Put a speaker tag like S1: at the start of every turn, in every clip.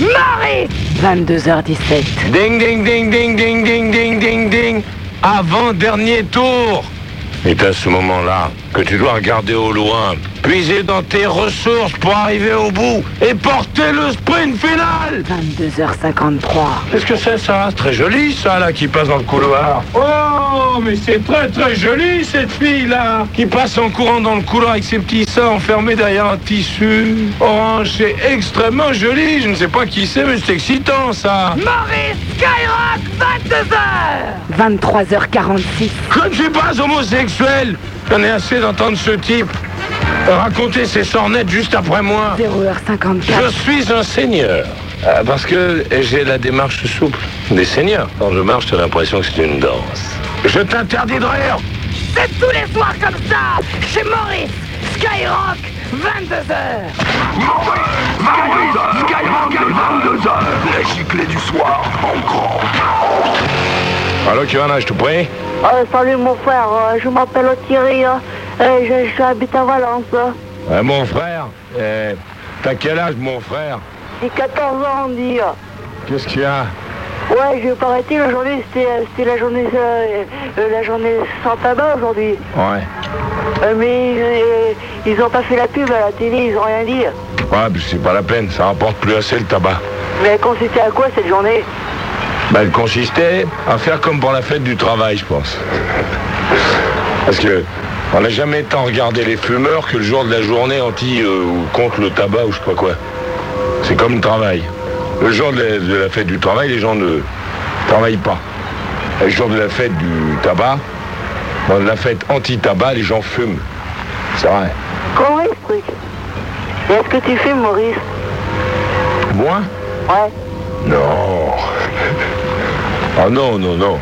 S1: Maurice 22h17.
S2: Ding, ding, ding, ding, ding, ding, ding, ding, ding. Avant-dernier tour. C'est à ce moment-là que tu dois regarder au loin, puiser dans tes ressources pour arriver au bout et porter le sprint final.
S1: 22h53.
S2: Qu'est-ce que c'est ça C'est très joli ça là qui passe dans le couloir. Oh mais c'est très très joli cette fille là qui passe en courant dans le couloir avec ses petits seins enfermés derrière un tissu orange. C'est extrêmement joli. Je ne sais pas qui c'est mais c'est excitant ça.
S1: Maurice Skyrock 22h 23h46.
S2: Je ne suis pas homosexuel. J'en ai assez d'entendre ce type raconter ses sornettes juste après moi.
S1: 0h54.
S2: Je suis un seigneur. euh, Parce que j'ai la démarche souple des seigneurs. Quand je marche, j'ai l'impression que c'est une danse. Je t'interdis de rire
S1: C'est tous les soirs comme ça Chez Maurice Skyrock 22h
S2: La giclée du soir, en grand. Allô, Kiana, je te prie
S3: Euh, salut mon frère, euh, je m'appelle Thierry, euh, et je, je habite à Valence. euh.
S2: Euh, Mon frère euh, T'as quel âge, mon frère
S3: J'ai 14 ans, on dit. euh.
S2: Qu'est-ce qu'il y a
S3: Ouais, je paraît-il, aujourd'hui, c'était c'était la journée euh, euh, la journée sans tabac aujourd'hui.
S2: Ouais.
S3: Euh, mais euh, ils ont pas fait la pub à la télé, ils ont rien dit.
S2: Ouais, puis c'est pas la peine, ça rapporte plus assez le tabac.
S3: Mais elle consistait à quoi cette journée
S2: Bah, elle consistait à faire comme pour la fête du travail, je pense. Parce que on n'a jamais tant regardé les fumeurs que le jour de la journée anti euh, ou contre le tabac ou je sais pas quoi. C'est comme le travail. Le jour de la, de la fête du travail, les gens ne travaillent pas. Et Le jour de la fête du tabac, dans la fête anti-tabac, les gens fument. C'est vrai.
S3: Comment est ce truc Et Est-ce que tu fumes, Maurice
S2: Moi
S3: Ouais.
S2: Non. Ah non, non, non.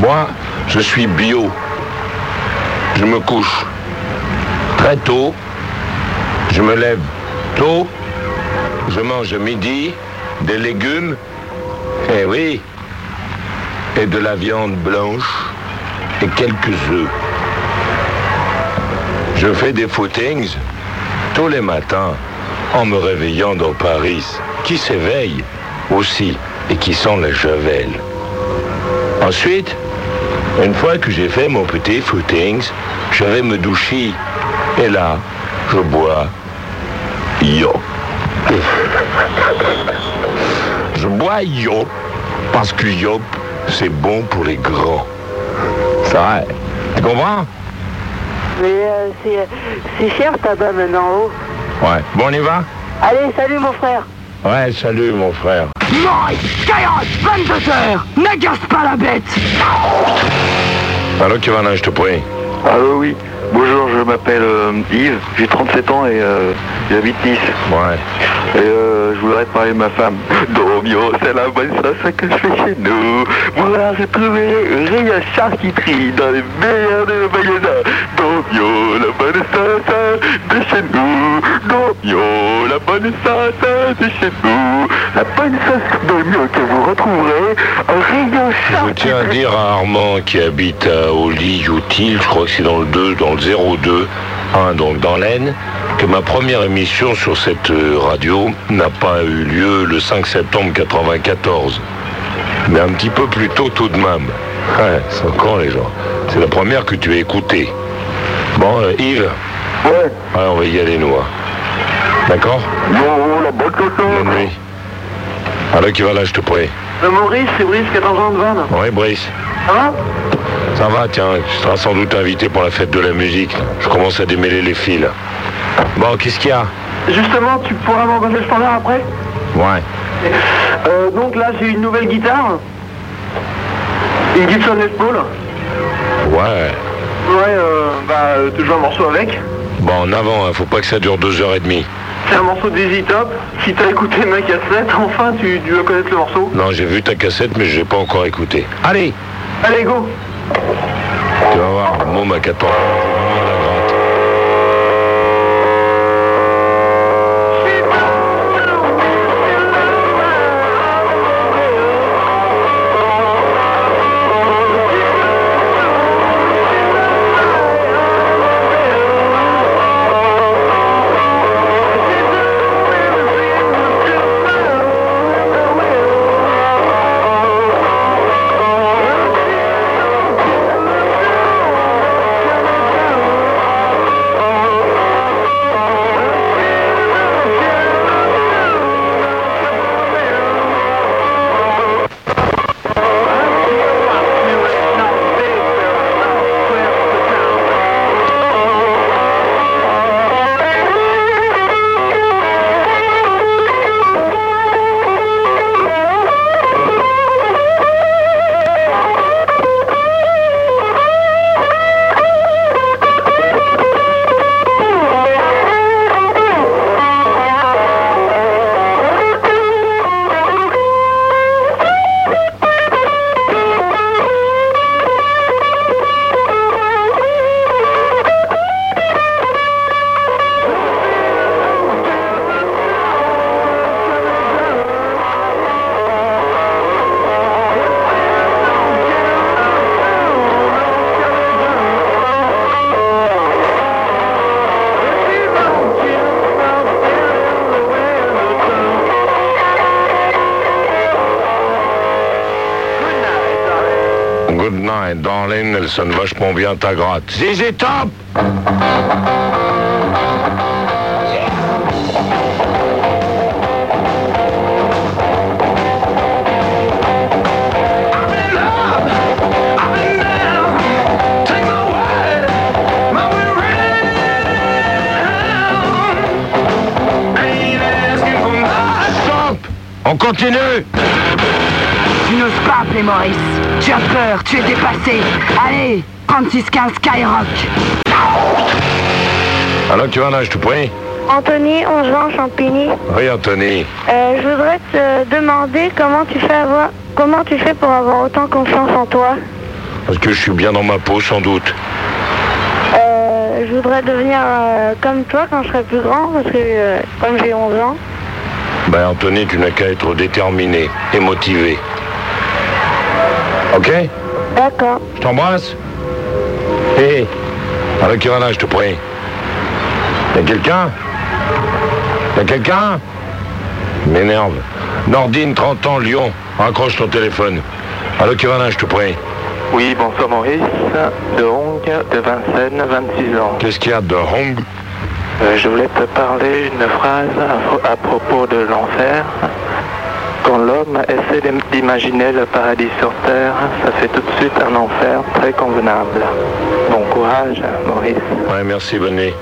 S2: Moi, je suis bio. Je me couche très tôt. Je me lève tôt. Je mange à midi des légumes. Eh oui. Et de la viande blanche et quelques œufs. Je fais des footings tous les matins en me réveillant dans Paris, qui s'éveille aussi et qui sent la javel. Ensuite, une fois que j'ai fait mon petit footings, je vais me doucher. Et là, je bois. Yo. je bois yo parce que yo, c'est bon pour les grands. C'est vrai. Tu comprends
S3: Mais euh, c'est c'est cher le tabac maintenant. oh.
S2: Ouais. Bon, on y va
S3: Allez, salut mon frère.
S2: Ouais, salut mon frère.
S1: Maurice Skyrock 22h N'agace pas la bête
S2: Allô, Kivana, je te prie.
S4: Allô, Ah, euh, oui. Bonjour, je m'appelle euh, Yves, j'ai 37 ans et euh, j'habite Nice.
S2: Ouais.
S4: Et euh, je voudrais te parler de ma femme. Domio, c'est la bonne salsa que je fais chez nous. Voilà, j'ai trouvé Réa Charcuterie dans les meilleurs des magasins. Domio, la bonne salsa de chez nous. Domio, la bonne salsa de chez nous. La bonne salsa Domio que vous retrouverez en Réa
S2: Je tiens à
S4: Charcuterie.
S2: dire à Armand qui habite à Oli, Util, je crois que c'est dans le 2, dans le 02, 1, donc dans l'Aisne, que ma première émission sur cette euh, radio n'a pas eu lieu le 5 septembre 94. Mais un petit peu plus tôt tout de même. Ouais, c'est encore les gens. C'est la première que tu as écoutée. Bon, euh, Yves,
S4: Ouais,
S2: ouais, on va y aller nous. hein. D'accord
S4: Domio, la bonne
S2: Bonne
S4: salsa.
S2: nuit. Alors qui va là, je te prie.
S3: Euh, Maurice, c'est Brice, 14 ans de Vannes.
S2: Oui, Brice.
S3: Ça va
S2: Ça va, tiens, tu seras sans doute invité pour la fête de la musique. là. Je commence à démêler les fils. là. Bon, qu'est-ce qu'il y a
S3: Justement, tu pourras m'envoyer le standard après
S2: Ouais.
S3: Euh, donc là, j'ai une nouvelle guitare. Une Gibson Les Paul.
S2: Ouais.
S3: Ouais, euh, bah, euh, tu joues un morceau avec.
S2: Bon, en avant, hein, faut pas que ça dure deux heures et demie.
S3: C'est un morceau d'Easy Top. Si t'as écouté ma cassette, enfin, tu, tu vas connaître le morceau.
S2: Non, j'ai vu ta cassette, mais je l'ai pas encore écouté. Allez
S3: Allez, go
S2: Tu vas voir, môme à 14 ans, c'est vraiment la gratte.
S3: Thank
S2: 9, Darlene, elle sonne vachement bien ta gratte. Zizi Top Stop On continue
S1: Tu n'oses pas appeler Maurice. Tu as peur, tu es dépassé. Allez, 3615 Skyrock.
S2: Alors tu en as, je te prie
S3: Anthony, 11 ans, Champigny.
S2: Oui, Anthony.
S3: Euh, je voudrais te demander comment tu fais avoir, comment tu fais pour avoir autant confiance en toi.
S2: Parce que je suis bien dans ma peau, sans doute.
S3: Euh, je voudrais devenir euh, comme toi quand je serai plus grand, parce que euh, comme j'ai 11 ans.
S2: Ben, Anthony, tu n'as qu'à être déterminé et motivé. Ok
S3: D'accord.
S2: Je t'embrasse. Hé Alors, Kirana, je te prie. Y'a quelqu'un Y'a quelqu'un Il M'énerve. Nordine, 30 ans, Lyon. Raccroche ton téléphone. Allô, Kirana, je te prie.
S5: Oui, bonsoir Maurice, de Hong, de Vincennes, 26 ans.
S2: Qu'est-ce qu'il y a de Hong
S5: Euh, je voulais te parler une phrase à, à propos de l'enfer. Quand l'homme essaie d'im- d'imaginer le paradis sur terre, ça fait tout de suite un enfer très convenable. Bon courage, Maurice.
S2: Ouais, merci, bonne nuit.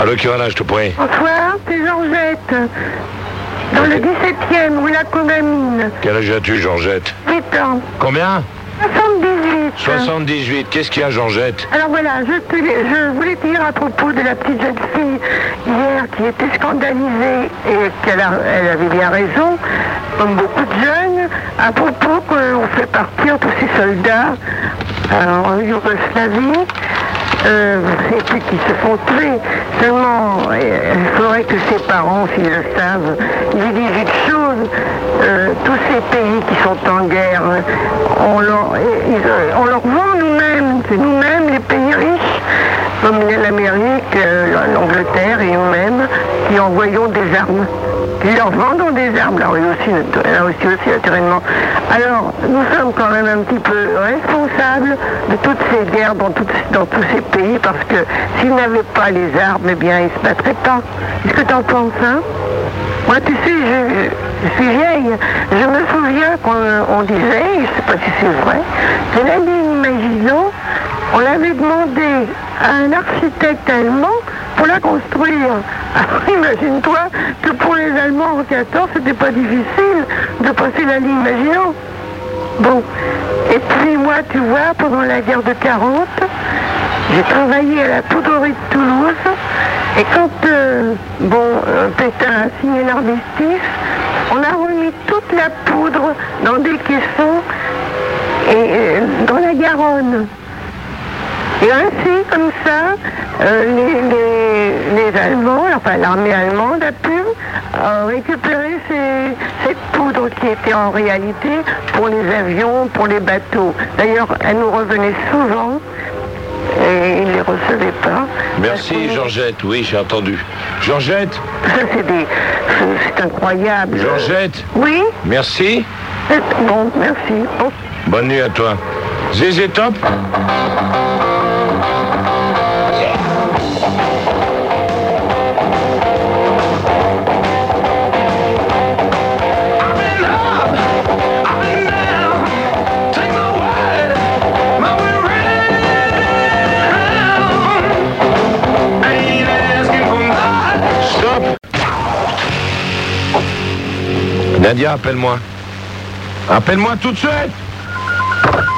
S2: Allô, Kirana, je te prie.
S6: Bonsoir, c'est Georgette. Dans le 17e, rue la Condamine,
S2: Quel âge as-tu, Georgette
S6: 8 ans,
S2: Combien
S6: 78.
S2: 78. Qu'est-ce qu'il y a, Georgette
S6: Alors voilà, je, te- je voulais te dire à propos de la petite jeune fille hier qui était scandalisée et qu'elle a- elle avait bien raison, comme beaucoup de jeunes, à propos qu'on fait partir tous ces soldats euh, en Yougoslavie. Euh, et puis qui se font tuer. Seulement, euh, il faudrait que ses parents, s'ils le savent, lui disent une chose. Euh, tous ces pays qui sont en guerre, euh, on leur, ils, euh, on leur vend nous-mêmes. C'est nous-mêmes les pays riches, comme l'Amérique, euh, l'Angleterre et nous-mêmes, qui envoyons des armes. Qui leur vendons des armes, la Russie, natu- la Russie aussi naturellement. Alors, nous sommes quand même un petit peu responsables de toutes ces guerres dans, toutes- dans tous ces pays, parce que s'ils n'avaient pas les armes, eh bien, ils ne se battraient pas. Qu'est-ce que tu en penses, hein moi, tu sais, je, je suis vieille. Je me souviens qu'on on disait, je ne sais pas si c'est vrai, que la ligne Maginot, on l'avait demandé à un architecte allemand pour la construire. Alors, imagine-toi que pour les Allemands en 14, c'était pas difficile de passer la ligne Maginot. Bon, et puis moi, tu vois, pendant la guerre de 40, j'ai travaillé à la poudrerie de Toulouse. Et quand, euh, bon, euh, Pétain a signé l'armistice, on a remis toute la poudre dans des caissons et euh, dans la Garonne. Et ainsi, comme ça, euh, les, les- les Allemands, enfin l'armée allemande a pu euh, récupérer ces- cette poudre qui était en réalité pour les avions, pour les bateaux. D'ailleurs, elle nous revenait souvent et ils ne les recevaient pas.
S2: Merci, Georgette. Oui, j'ai entendu. Georgette
S6: Ça, c'est des... c'est- C'est incroyable.
S2: Georgette
S6: Oui
S2: Merci.
S6: Bon, merci. Oh. Au
S2: Bonne nuit à toi. Zézé Top Stop Nadia, appelle-moi. Appelle-moi tout de suite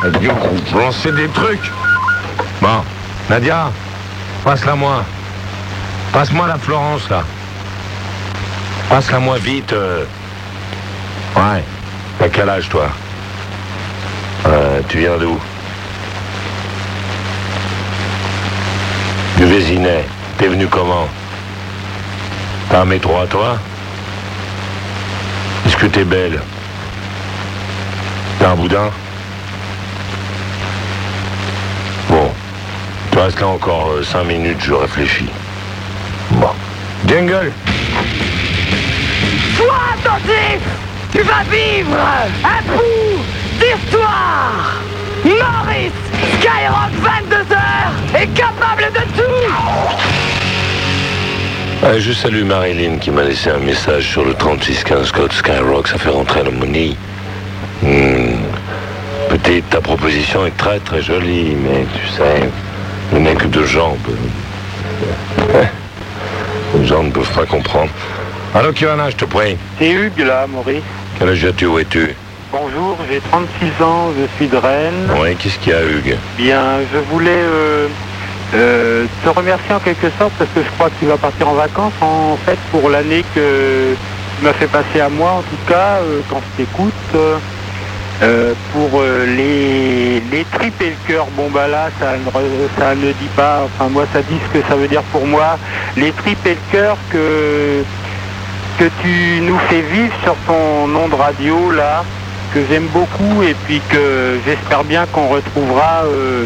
S2: Nadia, vous lancez des trucs. Bon, Nadia, passe-la moi. Passe-moi la Florence, là. Passe-la moi vite. euh. Ouais. T'as quel âge, toi Euh, Tu viens d'où Du Vésinet. T'es venu comment T'as un métro à toi Est-ce que t'es belle T'as un boudin Bon. Tu restes là encore 5 minutes, je réfléchis. Bon. Jingle
S1: Sois attentif Tu vas vivre un bout d'histoire Maurice Skyrock 22h est capable de tout
S2: Ah, je salue Marilyn qui m'a laissé un message sur le 3615 code Skyrock, ça fait rentrer la monnaie. Hmm. Peut-être ta proposition est très très jolie, mais tu sais, on n'a que deux jambes. Les gens ne peuvent pas comprendre. Alors Kiana, je te prie,
S7: C'est Hugues là, Maurice.
S2: quel âge as-tu, où es-tu
S7: Bonjour, j'ai 36 ans, je suis de Rennes.
S2: Oui, qu'est-ce qu'il y a Hugues
S7: Bien, je voulais euh, euh, te remercier en quelque sorte parce que je crois que tu vas partir en vacances en fait pour l'année que tu m'as fait passer à moi en tout cas euh, quand je t'écoute euh, euh, pour euh, les, les tripes et le cœur. Bon bah là ça ne, re- ça ne dit pas, enfin moi ça dit ce que ça veut dire pour moi. Les tripes et le cœur que, que tu nous fais vivre sur ton nom de radio là que j'aime beaucoup et puis que j'espère bien qu'on retrouvera euh,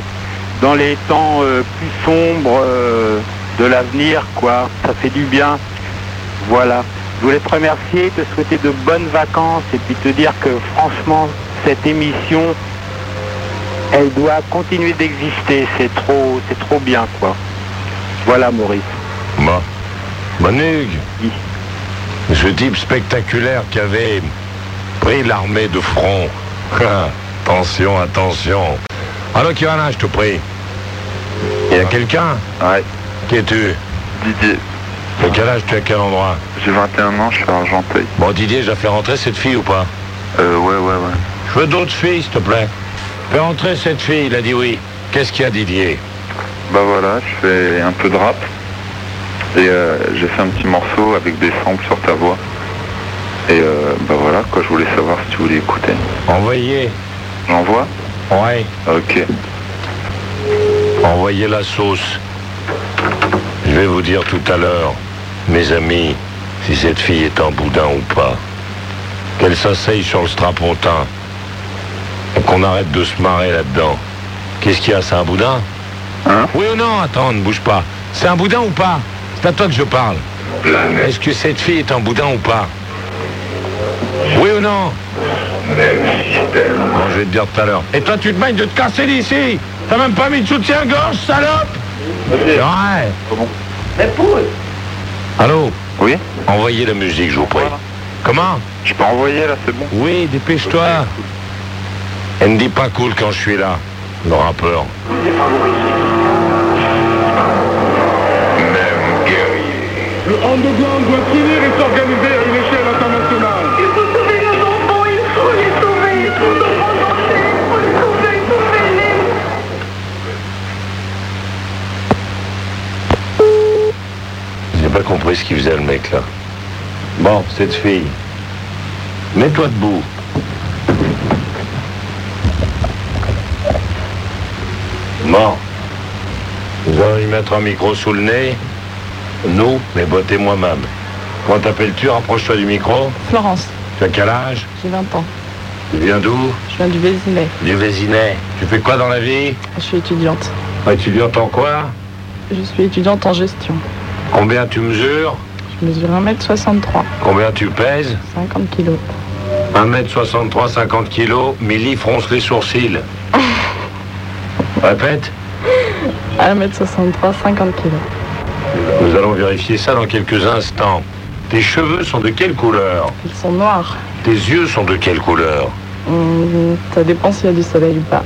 S7: dans les temps euh, plus sombres euh, de l'avenir, quoi. Ça fait du bien. Voilà. Je voulais te remercier, te souhaiter de bonnes vacances et puis te dire que franchement, cette émission, elle doit continuer d'exister. C'est trop, c'est trop bien, quoi. Voilà, Maurice.
S2: Moi Mon Hugues
S7: Oui.
S2: Ce type spectaculaire qui avait pris l'armée de front. attention, attention. Alors Kiana, je te prie. Il y a quelqu'un
S5: Ouais,
S2: Qui es-tu
S5: Didier,
S2: De quel âge tu es à quel endroit
S5: j'ai 21 ans, je suis à Argenteuil.
S2: Bon Didier, j'ai fait rentrer cette fille ou pas
S5: Euh, ouais, ouais, ouais.
S2: Je veux d'autres filles, s'il te plaît. Fais rentrer cette fille, il a dit oui. Qu'est-ce qu'il y a Didier
S5: Bah voilà, je fais un peu de rap. Et euh, j'ai fait un petit morceau avec des samples sur ta voix. Et euh, bah voilà, quoi, je voulais savoir si tu voulais écouter.
S2: Envoyez.
S5: J'envoie
S2: Ouais.
S5: Ok.
S2: Envoyez la sauce. Je vais vous dire tout à l'heure, mes amis, si cette fille est en boudin ou pas. Qu'elle s'asseye sur le strapontin. Et qu'on arrête de se marrer là-dedans. Qu'est-ce qu'il y a C'est un boudin
S5: Hein
S2: Oui ou non Attends, ne bouge pas. C'est un boudin ou pas C'est à toi que je parle. Est-ce que cette fille est en boudin ou pas Oui ou non Bon, je vais te dire tout à l'heure. Et toi, tu te baignes de te casser d'ici T'as même pas mis de soutien-gorge, salope C'est vrai. Allô
S5: Oui
S2: Envoyez la musique, je vous prie. Comment
S5: Je peux envoyer là, c'est bon
S2: Oui, dépêche-toi. Elle ne dit pas cool quand je suis là, le rappeur.
S8: Le underground doit finir et s'organiser à une échelle internationale. Il faut sauver nos enfants, il faut les sauver, il faut nos grands il faut les sauver, sauver-les.
S2: J'ai pas compris ce qu'il faisait le mec là. Bon, cette fille. Mets-toi debout. Bon. Nous allons lui mettre un micro sous le nez. Nous, mais botter moi-même. Quand t'appelles-tu, rapproche-toi du micro.
S9: Florence,
S2: Tu as quel âge
S9: j'ai 20 ans.
S2: Tu viens d'où
S9: Je viens du Vésinet.
S2: Du Vésinet. Tu fais quoi dans la vie
S9: Je suis étudiante.
S2: Étudiante en quoi
S9: Je suis étudiante en gestion.
S2: Combien tu mesures
S9: Je mesure 1m63,
S2: Combien tu pèses
S9: 50 kg.
S2: 1m63, 50 kg, Milly fronce les sourcils. Répète,
S9: 1m63, 50 kg.
S2: nous allons vérifier ça dans quelques instants. Tes cheveux sont de quelle couleur
S9: Ils sont noirs.
S2: Tes yeux sont de quelle couleur
S9: Hum, ça dépend s'il y a du soleil ou pas.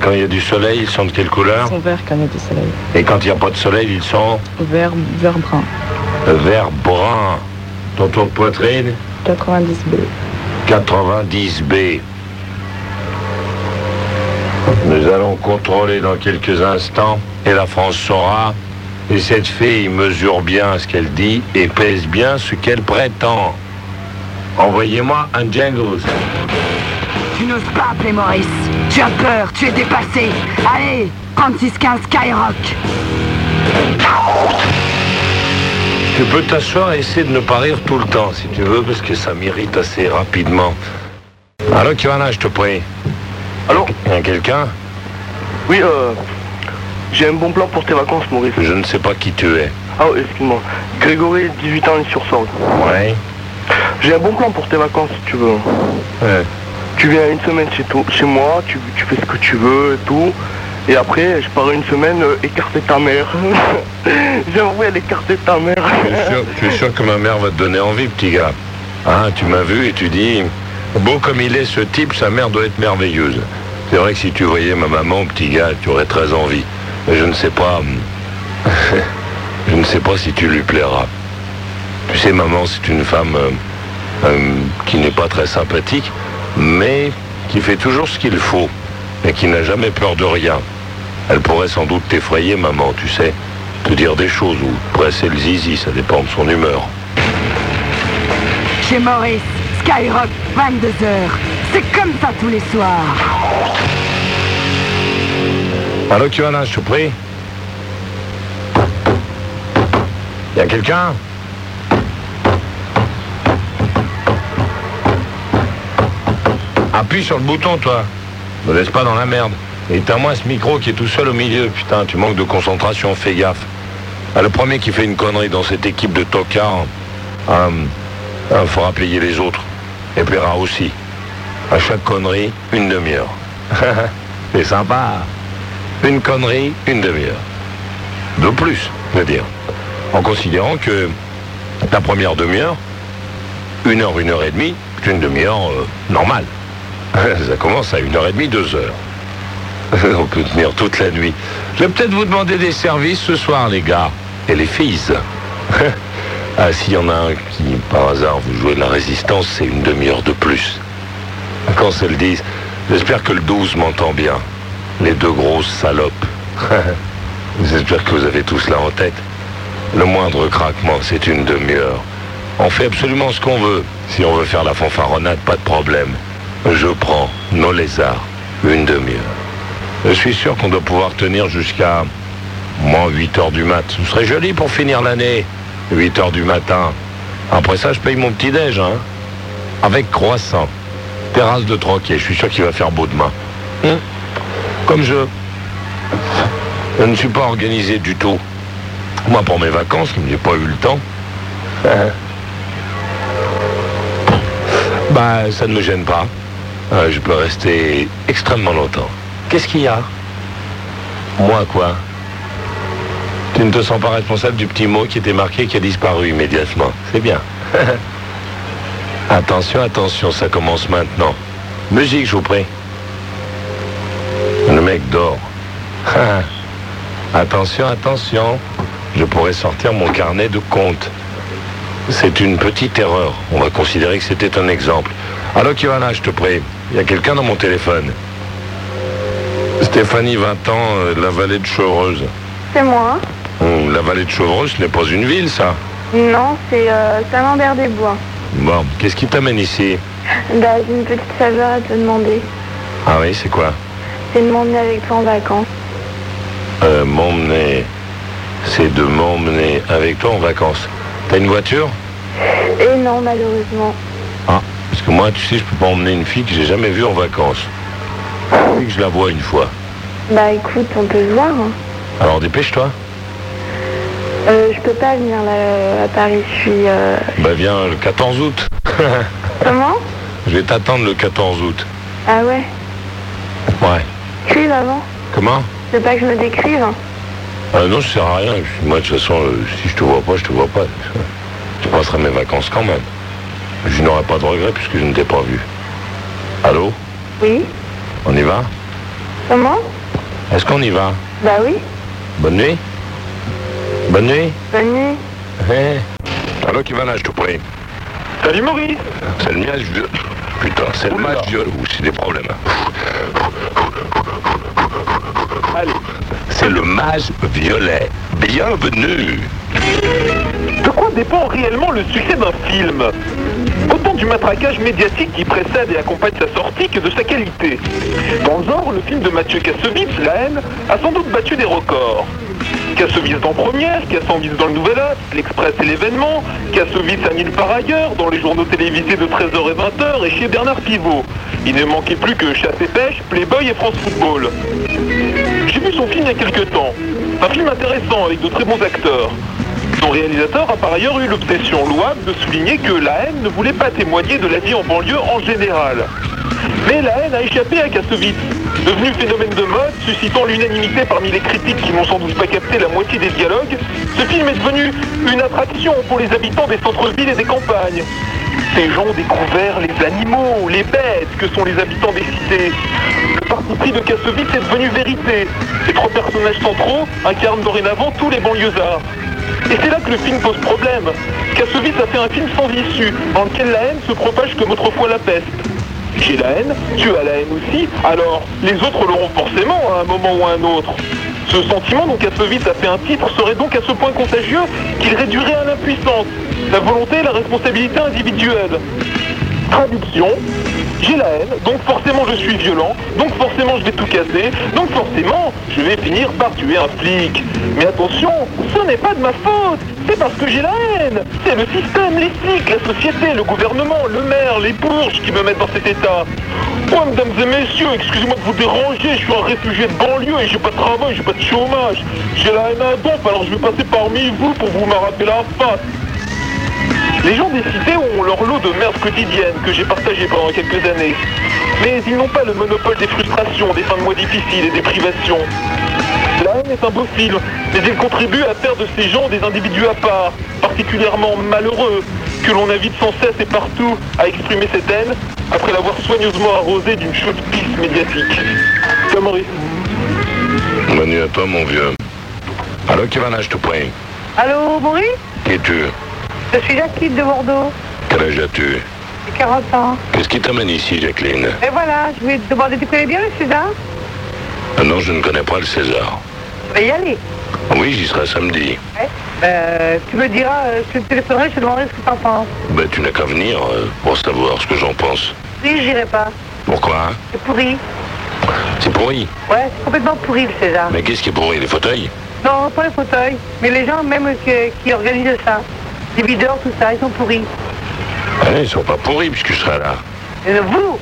S2: Quand il y a du soleil, ils sont de quelle
S9: Ils
S2: couleur
S9: sont verts quand il y a du soleil.
S2: Et quand il n'y a pas de soleil, ils sont
S9: Vert, vert brun.
S2: vert brun. Ton tour de poitrine
S9: 90B.
S2: 90B. Nous allons contrôler dans quelques instants et la France saura. Et cette fille mesure bien ce qu'elle dit et pèse bien ce qu'elle prétend. Envoyez-moi un Django.
S1: Tu n'oses pas appeler Maurice Tu as peur, tu es dépassé Allez, 3615 Skyrock
S2: Tu peux t'asseoir et essayer de ne pas rire tout le temps si tu veux parce que ça m'irrite assez rapidement. Allô, Kiwana, je te prie.
S4: Allô
S2: Il y a quelqu'un
S4: Oui, euh, j'ai un bon plan pour tes vacances, Maurice.
S2: Je ne sais pas qui tu es.
S4: Ah, oh, excuse-moi. Grégory, 18 ans, il est sur Sorgue.
S2: Ouais. Euh,
S4: J'ai un bon plan pour tes vacances, si tu veux.
S2: Ouais.
S4: tu viens une semaine chez, toi, chez moi, tu, tu fais ce que tu veux et tout. Et après, je pars une semaine euh, écarter ta mère. J'aimerais l'écarter de ta mère.
S2: Tu es, sûr, tu es sûr que ma mère va te donner envie, petit gars. Hein, tu m'as vu et tu dis, beau comme il est ce type, sa mère doit être merveilleuse. C'est vrai que si tu voyais ma maman, petit gars, tu aurais très envie. Mais je ne sais pas. hum, je ne sais pas si tu lui plairas. Tu sais, maman, c'est une femme euh, euh, qui n'est pas très sympathique, mais qui fait toujours ce qu'il faut et qui n'a jamais peur de rien. Elle pourrait sans doute t'effrayer, maman, tu sais, te dire des choses ou te presser le zizi, ça dépend de son humeur.
S1: Chez Maurice, Skyrock, 22h. C'est comme ça tous les soirs.
S2: Allô, Kiwana, je te prie. Y a quelqu'un Appuie sur le bouton, toi. Me laisse pas dans la merde. Éteins-moi ce micro qui est tout seul au milieu. Putain, tu manques de concentration, fais gaffe. Ah, le premier qui fait une connerie dans cette équipe de tocards, hein, hein, fera payer les autres. Et paiera aussi. À chaque connerie, une demi-heure. C'est sympa. Une connerie, une demi-heure. De plus, je veux dire. En considérant que ta première demi-heure, une heure, une heure et demie, c'est une demi-heure euh, normale. Ça commence à une heure et demie, deux heures. On peut tenir toute la nuit. Je vais peut-être vous demander des services ce soir, les gars. Et les filles. ah, s'il y en a un qui, par hasard, vous jouez de la résistance, c'est une demi-heure de plus. Quand c'est le 10, j'espère que le 12 m'entend bien. Les deux grosses salopes. j'espère que vous avez tout cela en tête. Le moindre craquement, c'est une demi-heure. On fait absolument ce qu'on veut. Si on veut faire la fanfaronnade, pas de problème. Je prends nos lézards, une demi-heure. Je suis sûr qu'on doit pouvoir tenir jusqu'à moins 8 heures du mat. Ce serait joli pour finir l'année. 8 heures du matin. Après ça, je paye mon petit-déj, hein. Avec croissant. Terrasse de troquet. Je suis sûr qu'il va faire beau demain. Hein Comme je. Je ne suis pas organisé du tout. Moi, pour mes vacances, je n'ai pas eu le temps. Bah, ça ne me gêne pas. Euh, je peux rester extrêmement longtemps. Qu'est-ce qu'il y a Moi, quoi Tu ne te sens pas responsable du petit mot qui était marqué et qui a disparu immédiatement. C'est bien. attention, attention, ça commence maintenant. Musique, je vous prie. Le mec dort. attention, attention. Je pourrais sortir mon carnet de compte. C'est une petite erreur. On va considérer que c'était un exemple. Allô, Kiwana, je te prie. Il y a quelqu'un dans mon téléphone. Stéphanie, 20 ans, euh, de la vallée de Chevreuse.
S3: C'est moi.
S2: Hum, la vallée de Chevreuse, ce n'est pas une ville, ça.
S3: Non, c'est euh, Saint-Lambert-des-Bois.
S2: Bon, qu'est-ce qui t'amène ici
S3: Bah, j'ai une petite faveur à te demander.
S2: Ah oui, c'est quoi
S3: C'est de m'emmener avec toi en vacances.
S2: Euh, M'emmener. C'est de m'emmener avec toi en vacances. T'as une voiture
S3: Et non, malheureusement.
S2: Ah, parce que moi, tu sais, je peux pas emmener une fille que j'ai jamais vue en vacances. Puis que je la vois une fois.
S3: Bah, écoute, on peut se voir. hein.
S2: Alors dépêche-toi.
S3: Euh, je peux pas venir là euh, à Paris, je suis... euh,
S2: Bah viens le 14 août.
S3: Comment
S2: je vais t'attendre le 14 août.
S3: Ah ouais
S2: Ouais.
S3: Crive avant.
S2: Comment
S3: Je veux pas que je me décrive. hein.
S2: Ah non, ça sert à rien. Moi, de toute façon, euh, si je te vois pas, je te vois pas. Je passerai mes vacances quand même. Je n'aurai pas de regrets puisque je ne t'ai pas vu. Allô
S3: Oui
S2: On y va
S3: Comment
S2: Est-ce qu'on y va
S3: Bah oui.
S2: Bonne nuit Bonne nuit
S3: Bonne nuit.
S2: Hein Allô, qui va là, je te prie
S4: Salut Maurice
S2: C'est le match de... Putain, c'est le match de... Ouh, c'est des problèmes. hein.
S4: Allez.
S2: C'est le mage violet. Bienvenue
S4: De quoi dépend réellement le succès d'un film Autant du matraquage médiatique qui précède et accompagne sa sortie que de sa qualité. Dans le genre, le film de Mathieu Kassovitz, La haine, a sans doute battu des records. Kassovitz dans Première, Kassovitz dans le Nouvel Axe, L'Express et l'événement, Kassovitz à nulle part ailleurs, dans les journaux télévisés de 13h et 20h et chez Bernard Pivot. Il ne manquait plus que Chasse et Pêche, Playboy et France Football. J'ai vu son film il y a quelques temps. Un film intéressant avec de très bons acteurs. Son réalisateur a par ailleurs eu l'obsession louable de souligner que la haine ne voulait pas témoigner de la vie en banlieue en général. Mais la haine a échappé à Kassovitz, devenu phénomène de mode, suscitant l'unanimité parmi les critiques qui n'ont sans doute pas capté la moitié des dialogues. Ce film est devenu une attraction pour les habitants des centres-villes et des campagnes. Ces gens ont découvert les animaux, les bêtes que sont les habitants des cités. Le parti pris de Kassovitz est devenu vérité. Ces trois personnages centraux incarnent dorénavant tous les banlieusards. Et c'est là que le film pose problème. Kassovitz a fait un film sans issue, dans lequel la haine se propage comme autrefois la peste. J'ai la haine, tu as la haine aussi, alors les autres l'auront forcément à un moment ou à un autre. Ce sentiment dont Kassovitz a fait un titre serait donc à ce point contagieux qu'il réduirait à l'impuissance, la volonté et la responsabilité individuelle. Traduction, j'ai la haine, donc forcément je suis violent, donc forcément je vais tout casser, donc forcément je vais finir par tuer un flic. Mais attention, ce n'est pas de ma faute, c'est parce que j'ai la haine. C'est le système, les flics, la société, le gouvernement, le maire, les bourges qui me mettent dans cet état. Moi, mesdames et messieurs, excusez-moi de vous déranger, je suis un réfugié de banlieue et j'ai pas de travail, j'ai pas de chômage. J'ai la haine à donf, alors je vais passer parmi vous pour vous m'arraper la face. Les gens des cités ont leur lot de merde quotidienne que j'ai partagé pendant quelques années. Mais ils n'ont pas le monopole des frustrations, des fins de mois difficiles et des privations. La haine est un beau film, mais il contribue à faire de ces gens des individus à part, particulièrement malheureux, que l'on invite sans cesse et partout à exprimer cette haine, après l'avoir soigneusement arrosée d'une chaude pisse médiatique. Comme Maurice.
S2: Manu à toi, mon vieux. Alors, Kivana, je te prie.
S6: Allô, Maurice
S2: Qui es-tu
S6: Je suis Jacqueline de Bordeaux,
S2: Quel âge as-tu
S6: j'ai 40 ans.
S2: Qu'est-ce qui t'amène ici, Jacqueline
S6: Et voilà, je voulais te demander, tu connais bien le César
S2: Ah non, je ne connais pas le César.
S6: Je vais y aller.
S2: Oui, j'y serai samedi.
S6: Ouais. Euh, tu me diras, euh, je te téléphonerai, je te demanderai ce que t'en penses.
S2: Ben, tu n'as qu'à venir euh, pour savoir ce que j'en pense.
S6: Oui, j'irai pas.
S2: Pourquoi hein
S6: C'est pourri.
S2: C'est pourri.
S6: Ouais, c'est complètement pourri le César.
S2: Mais qu'est-ce qui est pourri Les fauteuils
S6: Non, pas les fauteuils, mais les gens même que- qui organisent ça. Les videurs, tout ça, ils sont pourris.
S2: Ah, non, ils sont pas pourris puisque je serai là.
S6: Et vous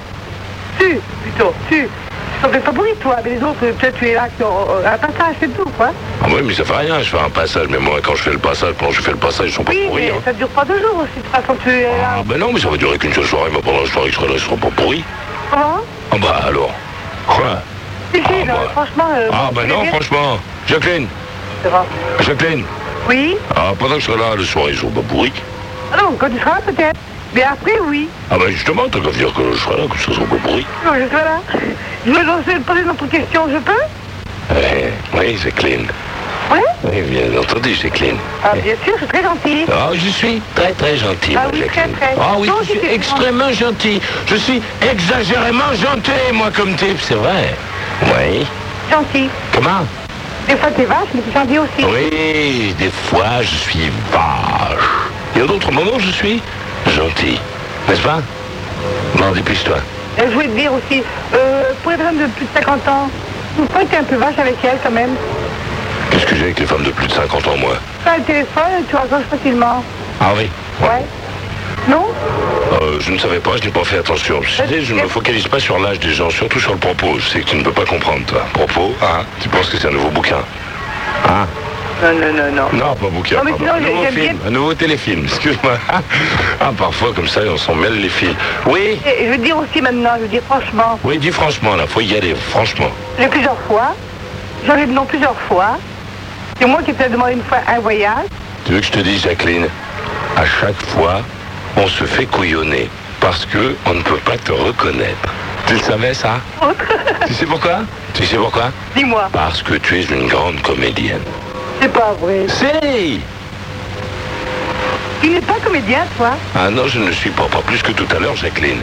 S6: Tu, plutôt, tu. Tu sont peut-être pas pourris, toi, mais les autres, peut-être tu es là, qui ont euh, un passage, c'est tout, quoi.
S2: Ah oui, mais ça fait rien, je fais un passage. Mais moi, quand je fais le passage, quand je fais le passage, ils sont pas
S6: Oui,
S2: pourris.
S6: mais
S2: hein.
S6: ça dure pas deux jours aussi, de toute façon, tu es là.
S2: Ah ben non, mais ça va durer qu'une seule soirée. Mais pendant la soirée, ils seront, ils seront pas pourris.
S6: Comment
S2: Ah bah alors. Quoi
S6: Si, si, non, franchement. euh,
S2: Ah
S6: bon,
S2: ben
S6: tu
S2: non,
S6: les-
S2: franchement. Jacqueline
S6: Ça va.
S2: Jacqueline
S6: Oui
S2: Ah, pendant que je serai là, le soir, ils sont pas pourris.
S6: Ah non, quand tu seras là, peut-être. Mais après, oui.
S2: Ah ben justement, t'as qu'à me dire que je serai là, que ce sont pas pourris.
S6: Non, Ah, je serai là. Je vais lancer, poser une autre question, je peux
S2: Eh, oui, Jacqueline.
S6: Oui
S2: Oui, bien entendu, Jacqueline.
S6: Ah, bien sûr, je suis très gentille.
S2: Ah, je suis très très gentil,
S6: Ah
S2: moi,
S6: oui, très,
S2: Jacqueline.
S6: très.
S2: Ah oui,
S6: Non,
S2: je suis
S6: j'étais-
S2: extrêmement gentil. Je suis exagérément gentil, moi, comme type, c'est vrai. Oui.
S6: Gentil.
S2: Comment
S6: Des fois, t'es vache, mais t'es gentil aussi.
S2: Oui, des fois, je suis vache. Et à d'autres moments, je suis gentil. N'est-ce pas Bon, dépêche-toi.
S6: Euh, Je voulais te dire aussi, euh, pour les femmes de plus de 50 ans, tu penses que t'es un peu vache avec elles, quand même
S2: Qu'est-ce que j'ai avec les femmes de plus de 50 ans, moi
S6: Pas le téléphone, tu raccroches facilement.
S2: Ah oui
S6: Ouais. Non
S2: Euh, je ne savais pas, je n'ai pas fait attention. Tu sais, je ne me focalise pas sur l'âge des gens, surtout sur le propos. Je sais que tu ne peux pas comprendre, toi. Propos, hein Tu penses que c'est un nouveau bouquin Hein
S6: Non, non, non, non.
S2: Non, pas bouquin,
S6: Non, mais
S2: pardon.
S6: sinon,
S2: un
S6: j'ai-
S2: nouveau
S6: j'aime
S2: film, un nouveau téléfilm, excuse-moi. ah, parfois, comme ça, on s'en mêle les fils. Oui
S6: Et je veux dire aussi maintenant, je veux dire franchement,
S2: Oui, dis franchement, là, faut y aller, franchement.
S6: j'ai plusieurs fois, j'en ai de nom plusieurs fois. C'est moi qui t'ai demandé une fois un voyage.
S2: Tu veux que je te dise, Jacqueline À chaque fois, on se fait couillonner parce que on ne peut pas te reconnaître. Tu le savais, ça Tu sais pourquoi Tu sais pourquoi
S6: Dis-moi.
S2: Parce que tu es une grande comédienne.
S6: C'est pas vrai.
S2: C'est
S6: Tu n'es pas comédien, toi
S2: Ah non, je ne le suis pas, pas plus que tout à l'heure, Jacqueline.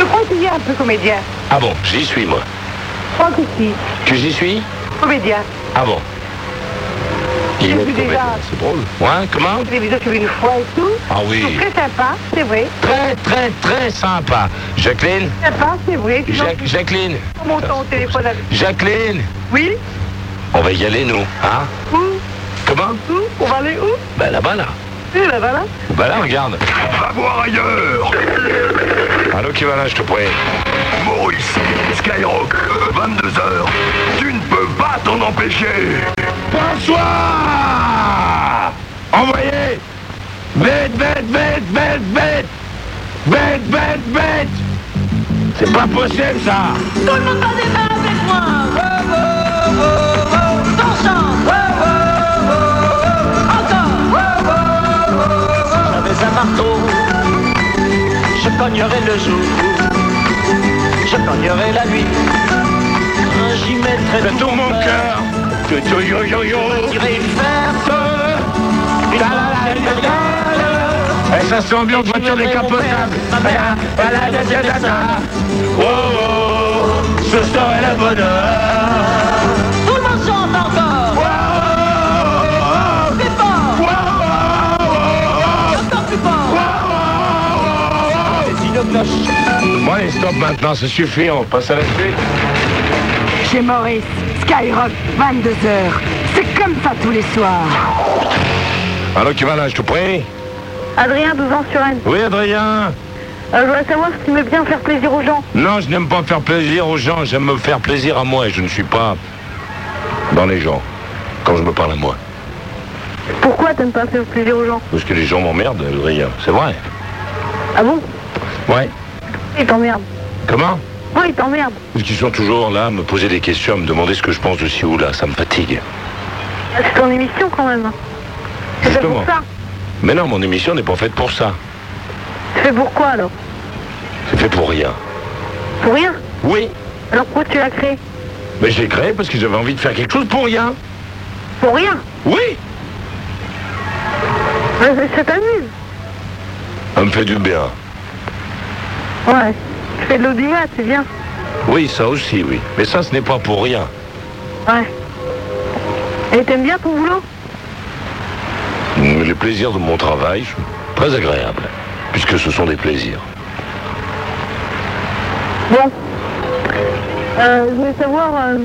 S6: Je crois qu'il y a un peu comédien.
S2: Ah bon, j'y suis, moi.
S6: Je crois que si.
S2: Que j'y suis
S6: Comédien.
S2: Ah bon. Il
S6: J'ai
S2: est
S6: vu
S2: comédien,
S6: déjà.
S2: c'est drôle. Ouais, comment
S6: J'ai vu sur une fois et tout.
S2: Ah oui.
S6: Je trouve Très sympa, c'est vrai.
S2: Très, très, très sympa. Jacqueline
S6: Sympa, c'est vrai. Tu
S2: Jac- Jacqueline
S6: mon temps au téléphone avec.
S2: Jacqueline
S6: Oui
S2: On va y aller, nous, hein
S6: Où
S2: Comment
S6: Où On va aller où
S2: Ben là-bas, là.
S3: Eh
S6: Oui, là, voilà.
S2: Ben là, regarde. Va voir ailleurs Allô, qui va là, je te prie
S10: Maurice, Skyrock, 22h, tu ne peux pas t'en empêcher.
S2: Bonsoir Envoyez Bête, bête, bête, bête, bête Bête, bête, bête C'est pas possible ça
S11: Tout le monde passe des mains avec moi Oh, oh, oh, oh Dansant Oh, oh, oh, oh Encore Oh, oh, oh, oh J'avais un marteau Je cognerai le jour Je cognerai la nuit J'y mettrai tout, mon cœur
S2: Yo, yo, yo, yo, yo.
S11: J'irai faire peur Une balade
S2: Eh, ça sent bien de voiture décapotable
S11: Ma mère, balade de
S2: Oh, oh, ce serait le bonheur
S11: Tout le monde chante encore
S2: oh,
S11: Plus fort
S2: oh.
S11: Encore plus fort C'est une cloche
S2: Bon, allez, stop maintenant, ça suffit, on passe à la suite.
S1: Chez Maurice, Skyrock, 22h. C'est comme ça tous les soirs.
S2: Alors, qui va là, je te prie
S3: Adrien, 12 ans sur Rennes.
S2: Oui, Adrien
S3: Euh, je voudrais savoir si tu veux bien faire plaisir aux gens.
S2: Non, je n'aime pas faire plaisir aux gens, j'aime me faire plaisir à moi et je ne suis pas dans les gens quand je me parle à moi.
S3: Pourquoi t'aimes pas faire plaisir aux gens
S2: Parce que les gens m'emmerdent, Adrien, c'est vrai.
S3: Ah bon
S2: Ouais.
S3: Ils t'emmerdent.
S2: Comment
S3: Pourquoi ils t'emmerdent
S2: Parce qu'ils sont toujours là à me poser des questions, à me demander ce que je pense de ci ou là, ça me fatigue.
S3: Ah, C'est ton émission quand même. C'est fait
S2: Justement.
S3: pour ça.
S2: Mais non, mon émission n'est pas faite pour ça.
S3: C'est fait pour quoi alors
S2: C'est fait pour rien.
S3: Pour rien
S2: Oui.
S3: Alors pourquoi tu l'as créé
S2: Mais j'ai créé parce que j'avais envie de faire quelque chose pour rien.
S3: Pour rien
S2: Oui
S3: Mais mais ça t'amuse
S2: Ça me fait du bien.
S3: Ouais. Tu fais de l'audimat, c'est bien.
S2: Oui, ça aussi, oui. Mais ça, ce n'est pas pour rien.
S3: Ouais. Et t'aimes bien ton boulot
S2: Mm, Les plaisirs de mon travail sont très agréables, puisque ce sont des plaisirs.
S3: Bon. Euh, je voulais savoir, euh,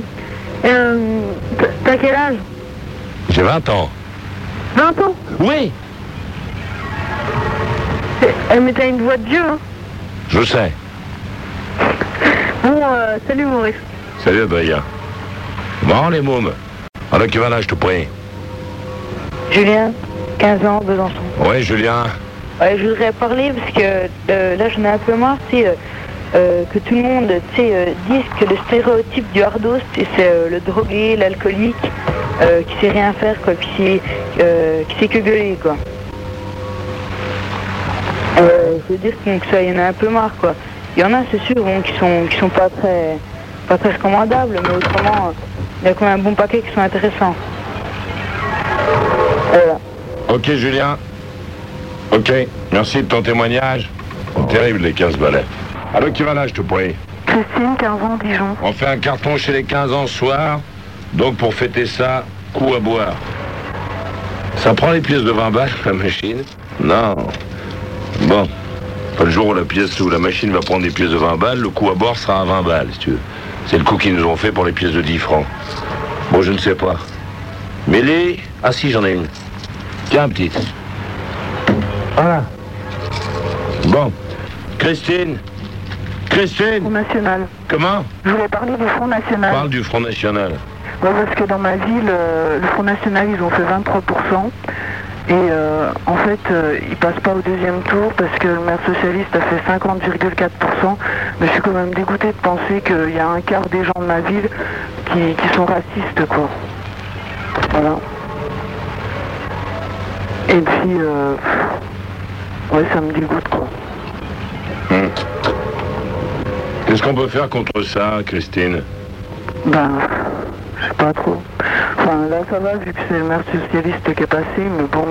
S3: euh, t- t'as quel âge
S2: J'ai 20 ans.
S3: 20 ans
S2: Oui
S3: Mais t'as une voix de Dieu, hein
S2: Je sais.
S3: Bon, euh, salut Maurice.
S2: Salut, Adrien. Bon, les mômes. Alors, qui va là, je te prie
S6: Julien, 15 ans, Besançon.
S2: Oui, Julien.
S6: Ouais, je voudrais parler parce que euh, là j'en ai un peu marre, c'est euh, euh, que tout le monde tu sais, euh, dise que le stéréotype du hardos, c'est c'est, euh, le drogué, l'alcoolique, euh, qui sait rien faire, quoi, qui sait, euh, qui sait que gueuler, quoi. Euh, je veux dire donc ça, il y en a un peu marre, quoi. Il y en a, c'est sûr, bon, qui sont qui sont pas très pas très recommandables, mais autrement, euh, il y a quand même un bon paquet qui sont intéressants.
S2: Ok, Julien. Ok, merci de ton témoignage. Terrible, les 15 balais. Alors, qui va là, je te prie
S4: Christine, 15 ans, Dijon.
S2: On fait un carton chez les 15 ans ce soir. Donc pour fêter ça, coup à boire. Ça prend les pièces de 20 balles, la machine Non. Bon. Le jour où la pièce où la machine va prendre des pièces de 20 balles, le coup à boire sera à 20 balles, si tu veux. C'est le coup qu'ils nous ont fait pour les pièces de 10 francs. Bon, je ne sais pas. Mais les... Ah si, j'en ai une. Tiens, petite. Voilà. Bon. Christine Christine
S4: National.
S2: Comment
S4: Je voulais parler du Front National.
S2: Parle du Front National.
S4: Ouais, parce que dans ma ville, euh, le Front National, ils ont fait 23%. Et euh, en fait, euh, ils passent pas au deuxième tour parce que le maire socialiste a fait 50,4%. Mais je suis quand même dégoûtée de penser qu'il y a un quart des gens de ma ville qui, qui sont racistes, quoi. Voilà. Et puis, euh, pff, ouais, ça me dégoûte, quoi.
S2: Hmm. Qu'est-ce qu'on peut faire contre ça, Christine
S4: Ben, je sais pas trop. Enfin, là, ça va, vu que c'est le maire socialiste qui est passé, mais bon...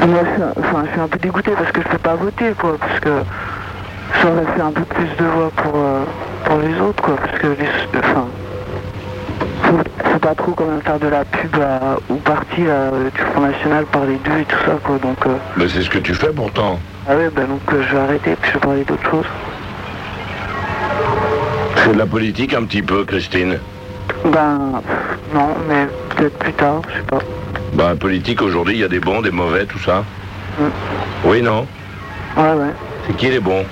S4: euh, Moi, je, suis- enfin, je suis un peu dégoûté parce que je peux pas voter, quoi, parce que ça aurait fait un peu plus de voix pour, euh, pour les autres, quoi, parce que les... Enfin... Faut, faut pas trop quand même faire de la pub à- au parti là, euh, du Front National par les deux et tout ça, quoi, donc... euh,
S2: Mais Ben, c'est ce que tu fais pourtant.
S4: Ah ouais, ben donc euh, je vais arrêter, puis je vais parler d'autre chose.
S2: C'est de la politique un petit peu, Christine.
S4: Ben, pff, non, mais peut-être plus tard, je sais pas.
S2: Bah, politique aujourd'hui, il y a des bons, des mauvais, tout ça. Oui, non
S4: Mm. Ouais, ouais.
S2: C'est qui les bons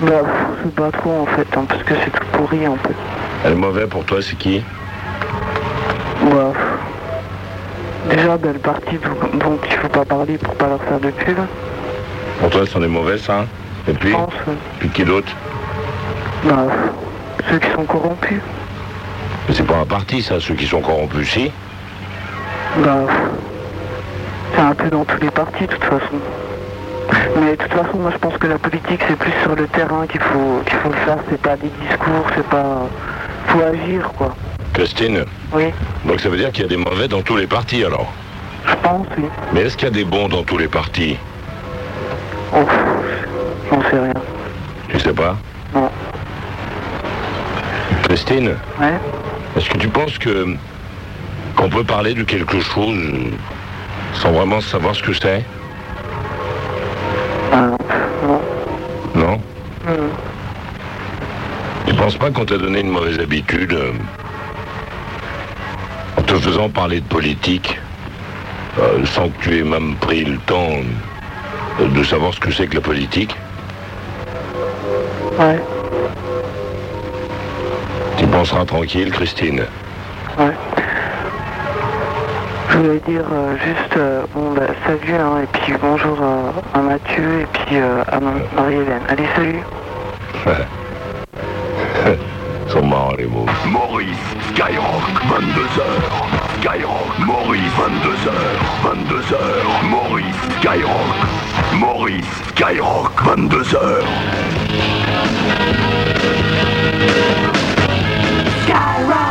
S4: Bah, je sais pas trop en fait, hein, parce que c'est tout pourri en fait.
S2: Et Le mauvais pour toi, c'est qui
S4: Bah, déjà, bah, le parti dont dont il faut pas parler pour pas leur faire de pub.
S2: Pour toi, ce sont des mauvais, ça hein Et puis Puis qui d'autre
S3: Bah, ceux qui sont corrompus.
S2: Mais c'est pas un parti, ça, ceux qui sont corrompus, si
S3: Bah, c'est un peu dans tous les partis, de toute façon. Mais de toute façon, moi, je pense que la politique, c'est plus sur le terrain qu'il faut, qu'il faut le faire. C'est pas des discours, c'est pas... Faut agir, quoi.
S2: Christine
S3: Oui.
S2: Donc ça veut dire qu'il y a des mauvais dans tous les partis, alors
S3: Je pense, oui.
S2: Mais est-ce qu'il y a des bons dans tous les partis
S3: Oh, j'en sais rien.
S2: Tu sais pas
S3: Non.
S2: Christine
S3: Ouais.
S2: Est-ce que tu penses que qu'on peut parler de quelque chose euh, sans vraiment savoir ce que c'est
S3: Euh,
S2: Non.
S3: Mm.
S2: Tu penses pas qu'on t'a donné une mauvaise habitude euh, en te faisant parler de politique euh, sans que tu aies même pris le temps euh, de savoir ce que c'est que la politique
S3: Ouais.
S2: Tu penseras tranquille, Christine.
S3: Ouais. Je voulais dire euh, juste, euh, bon bah salut, hein, et puis bonjour euh, à Mathieu, et puis euh, à Ma- Marie-Hélène. Allez, salut
S2: Ils sont marrants, les mots.
S12: Maurice, Skyrock, 22h. Skyrock, Maurice, 22h. 22h, Maurice, Skyrock. Maurice, Skyrock, 22h.
S13: Skyrock.